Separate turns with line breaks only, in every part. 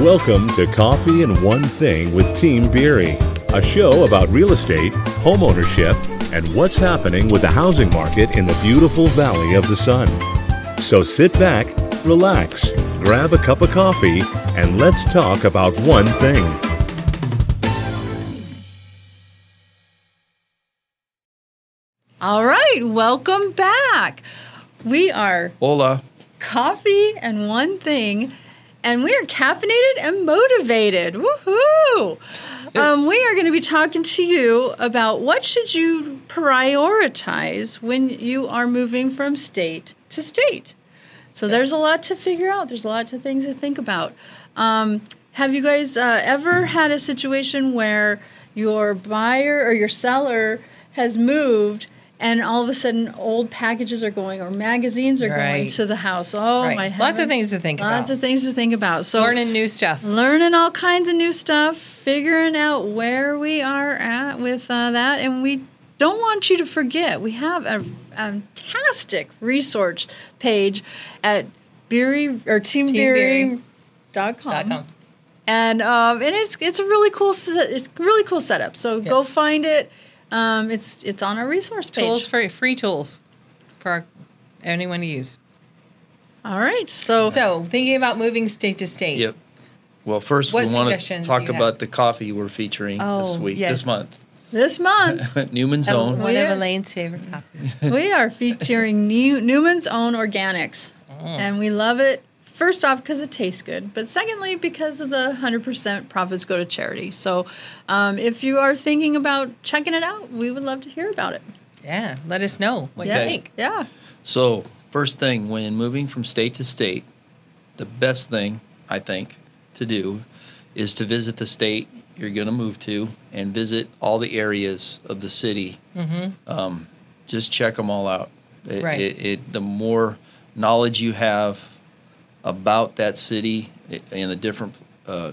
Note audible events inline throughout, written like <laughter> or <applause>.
Welcome to Coffee and One Thing with Team Beery, a show about real estate, homeownership, and what's happening with the housing market in the beautiful Valley of the Sun. So sit back, relax, grab a cup of coffee, and let's talk about one thing.
All right, welcome back. We are
Hola.
coffee and one thing, and we are caffeinated and motivated. Woohoo! Um, we are going to be talking to you about what should you prioritize when you are moving from state to state. So there's a lot to figure out. There's a lot of things to think about. Um, have you guys uh, ever had a situation where your buyer or your seller has moved and all of a sudden old packages are going or magazines are going
Right.
to the house? Oh
Right.
my!
Lots of
heavens.
things to think
Lots
about.
of things to think about. So
Learning new stuff.
learning all kinds of new stuff, figuring out where we are at with uh, that, and we don't want you to forget we have a, fantastic resource page at Beery or
Beery. Dot
teambeery.com.
com.
And um, and it's it's a really cool se- it's a really cool setup. So go find it. Um, it's it's on our resource page.
Tools for free tools for our, anyone to use.
all right. So,
So thinking about moving state to state.
Yep. Well, first
What
we want to
suggestions do
talk
you have?
about the coffee we're featuring
Oh,
this week,
yes.
this month. <laughs>
this
<laughs>
month
Newman's
Oh,
Own.
One of
Yeah.
Elaine's favorite copies.
we are featuring New- Newman's Own Organics, and we love it. First off, because it tastes good, but secondly, because of the 100% profits go to charity. So, um, if you are thinking about checking it out, we would love to hear about it.
Yeah. Let us know what
Yeah.
you think.
Yeah.
So, first thing when moving from state to state, the best thing I think to do is to visit the state you're going to move to and visit all the areas of the city. Um, just check them all out. It-
Mm-hmm. Right.
it- it- the more knowledge you have about that city i- and the different uh,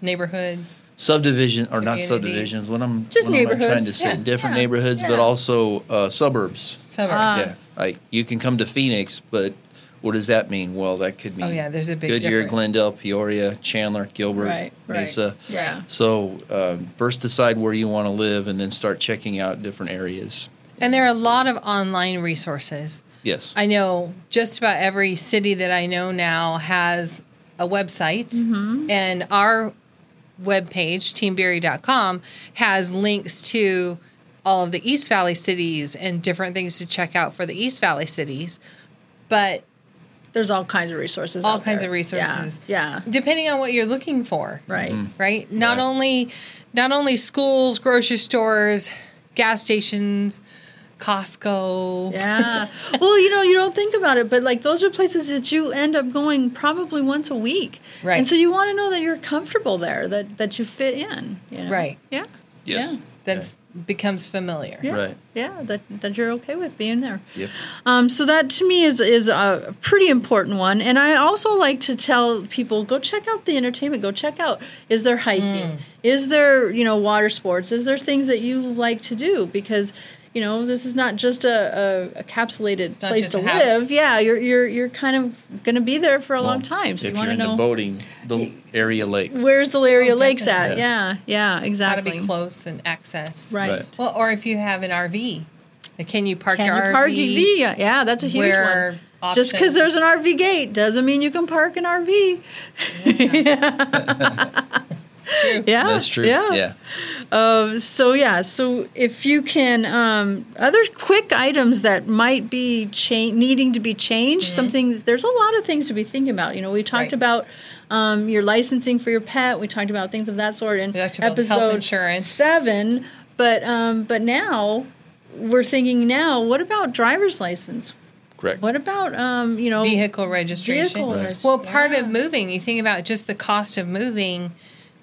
Neighborhoods.
subdivision or not
Communities.
subdivisions. What I'm
Just
what am I trying to
neighborhoods.
say?
Yeah.
Different
Yeah.
neighborhoods, but
Yeah.
also uh, suburbs.
Suburbs.
Ah.
Yeah, like you can come to Phoenix, but what does that mean? Well, that could mean
Oh, yeah, there's a big
Goodyear,
difference.
Glendale, Peoria, Chandler, Gilbert,
Right, right.
Mesa.
Yeah.
So um, first decide where you want to live, and then start checking out different areas.
and there are a lot of online resources.
Yes,
I know just about every city that I know now has a website,
Mm-hmm.
and our webpage, teamberry.com, has links to all of the East Valley cities and different things to check out for the East Valley cities. But
There's all kinds of resources.
all
out
kinds
there.
of resources.
Yeah. yeah.
Depending on what you're looking for
Right.
right? Not
Right.
only not only schools, grocery stores, gas stations, Costco.
Yeah. well, you know, you don't think about it, but like those are places that you end up going probably once a week.
Right.
And so you want to know that you're comfortable there, that that you fit in. You know?
Right.
Yeah.
yes,
yeah.
That's becomes familiar.
Yeah.
Right.
Yeah. That that you're okay with being there.
Yep.
Um, so that to me is is a pretty important one, and I also like to tell people go check out the entertainment. Go check out is there hiking,
Hmm.
is there you know water sports, is there things that you like to do because you know this is not just a, a, a capsulated
not
place
just
to
a house.
live. Yeah, you're you're you're kind of going to be there for a long
Well,
time, so
if
you
are
want to know
into boating, the area lakes.
where's the area lakes at.
definitely.
Yeah, yeah,
Got
exactly.
to be close and access.
Right.
Right.
Well, or if you have an RV, like, can you park
Can
your
you
RV?
park your RV? Yeah, yeah, that's a huge
Where
one. Just because there's an RV gate doesn't mean you can park an RV. Yeah,
That's true. yeah.
Um, so yeah, so if you can, um, other quick items that might be cha- needing to be changed. Some things. There's a lot of things to be thinking about. You know, we talked
Mm-hmm. Right.
about um, your licensing for your pet. We talked about things of that sort in
We talked about health
episode
insurance.
seven. But um, but now we're thinking now. What about driver's license?
correct.
What about um, you know
vehicle registration.
Vehicle Right.
Well, part
yeah.
of moving, you think about just the cost of moving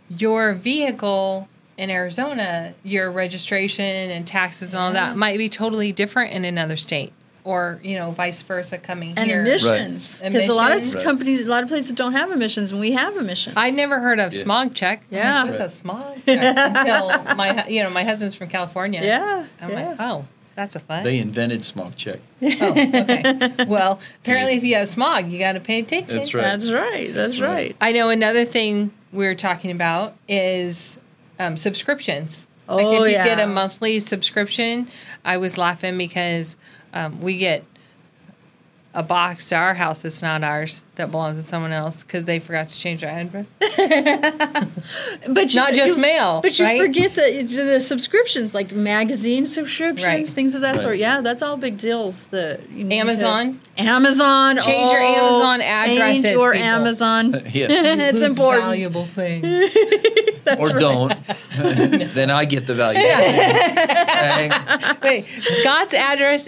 your vehicle in Arizona, your registration and taxes and all that might be totally different in another state or, you know, vice versa coming
and
here.
emissions?
Right.
Because a lot of
Emissions. Right.
companies, a lot of places don't have emissions, and we have emissions.
I never heard of
Yeah.
smog check. I'm
Yeah. <laughs>
like, what's a smog check? Until my, hu- you know, my husband's from California.
Yeah,
I'm
yeah.
like, oh, That's a fun.
They invented smog check. <laughs>
oh, okay.
<laughs>
Well, apparently, if you have smog, you got to pay attention.
That's right.
That's right. That's right.
I know another thing we are talking about is um, subscriptions.
Oh,
like if you
yeah.
get a monthly subscription, I was laughing because um, we get a box to our house that's not ours that belongs to someone else because they forgot to change our
<laughs>
address.
But you,
Not just
you-
mail,
But you
right?
forget the the subscriptions, like magazine subscriptions,
Right.
things of that
Right.
sort. Yeah, that's all big deals. That you need to-
Amazon?
Amazon,
Change your
oh,
Amazon addresses,
Change your
people.
Amazon.
<laughs> Yeah.
<laughs> it's
Lose
important. <laughs>
Valuable thing.
or
<laughs>
don't. then I get the value. Thanks.
Wait, Scott's address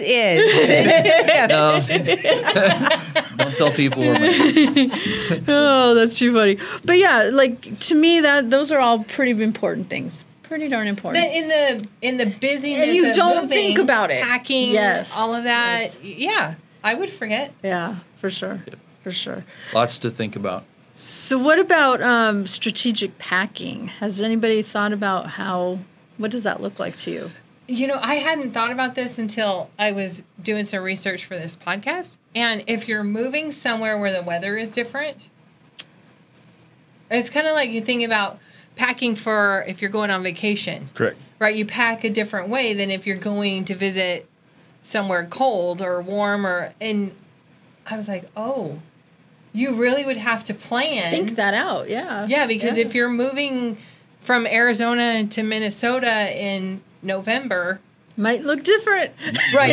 <laughs>
is.
No. Um, <laughs> don't tell people where my
Oh, that's too funny. But yeah, like to me, that those are all pretty important things. Pretty darn important.
in the in the busyness,
And you
of
don't
moving,
think about it.
packing,
Yes.
all of that. Yeah, I would forget.
yeah, for sure, for sure.
lots to think about.
So, what about um, strategic packing? Has anybody thought about how? What does that look like to you?
You know, I hadn't thought about this until I was doing some research for this podcast. And if you're moving somewhere where the weather is different, it's kind of like you think about packing for if you're going on vacation,
Correct.
right? You pack a different way than if you're going to visit somewhere cold or warm or and I was like, "Oh, you really would have to plan."
Think that out. Yeah.
Yeah, because if you're moving from Arizona to Minnesota in November,
might look
<laughs>
different.
Right.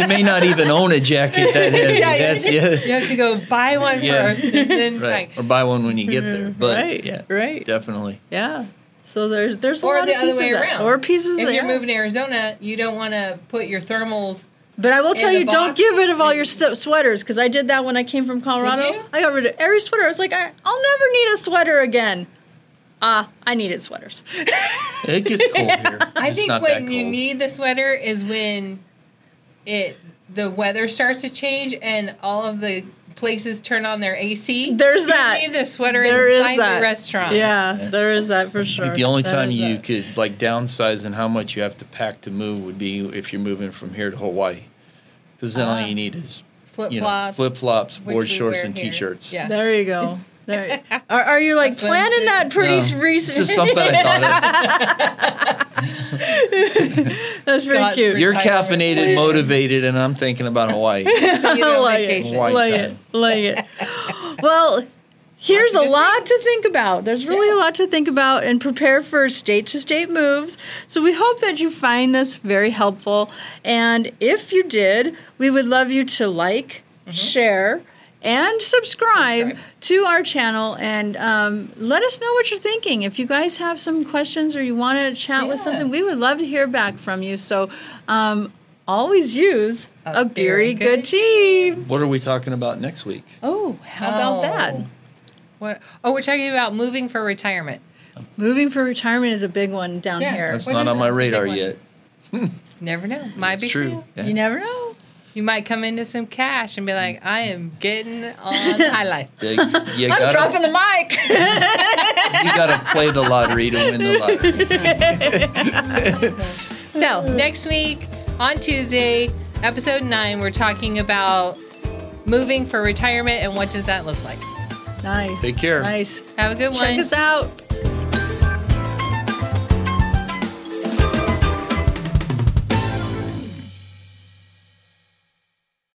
You may not even own a jacket
<laughs>
that heavy.
Yeah,
That's yeah.
<laughs> you have to go buy one
Yeah.
first
<laughs>
and then
Right.
like-
Or buy one when you get there.
Mm-hmm.
But
Right,
yeah.
right.
Definitely.
yeah. So there's there's a
Or
lot
the
of
other
pieces
way
that-
around.
or pieces
If
that-
you're
yeah.
moving to Arizona, you don't want to put your thermals.
But I will tell
the
you, don't
box
get rid of all your
and-
st- sweaters because I did that when I came from Colorado.
you?
I got rid of every sweater. I was like, I, I'll never need a sweater again. Ah, I needed sweaters.
It gets cold here.
<laughs> I
It's
think
not that
when you
cold.
need the sweater is when it the weather starts to change and all of the places turn on their AC.
There's
you
that.
need the sweater
There is
inside
that
the restaurant.
Yeah, there is that for sure.
Like the only
There
time
is
you
that.
could like downsize and how much you have to pack to move would be if you're moving from here to Hawaii, because then all you need is
Flip
you know,
flops.
flip flops,
Uh-huh. which
board
we
shorts,
wear
and
here.
t-shirts.
Yeah.
<laughs> There you go. There. Are, are you like
That's what I'm
planning
saying.
that pretty
No,
s-
It's just
<laughs> recent?
something
<laughs>
I thought
That's pretty
Scott's
cute.
of. You're
Tyler.
caffeinated, motivated, and I'm thinking about
<laughs>
Hawaii. It's
You
I
know,
like it.
vacation.
Why? White
Like it.
time.
Like it. Well, here's a
Lots of good
lot to think about. There's really a lot to think about and prepare for state to state moves. So we hope that you find this very helpful. And if you did, we would love you to like,
Mm-hmm.
share, and subscribe to our channel and um, let us know what you're thinking. If you guys have some questions or you want to chat with
Yeah.
something, we would love to hear back from you. So um, always use a, beery good team.
what are we talking about next week?
Oh, how
Oh.
about that?
What? Oh, we're talking about moving for retirement.
Moving for retirement is a big one down
Yeah,
here.
That's
What
not
is
on
it?
my
It's a big
radar yet.
one. Never know. Might be
It's true.
soon.
Yeah.
You never know.
You might come into some cash and be like, I am getting on
<laughs>
high life.
You, you
I'm dropping
gotta,
the mic. <laughs>
you gotta play the lottery to win the lottery.
So, next week on Tuesday, episode nine, we're talking about moving for retirement and what does that look like.
nice.
Take care.
Nice.
Have a good one.
Check us out.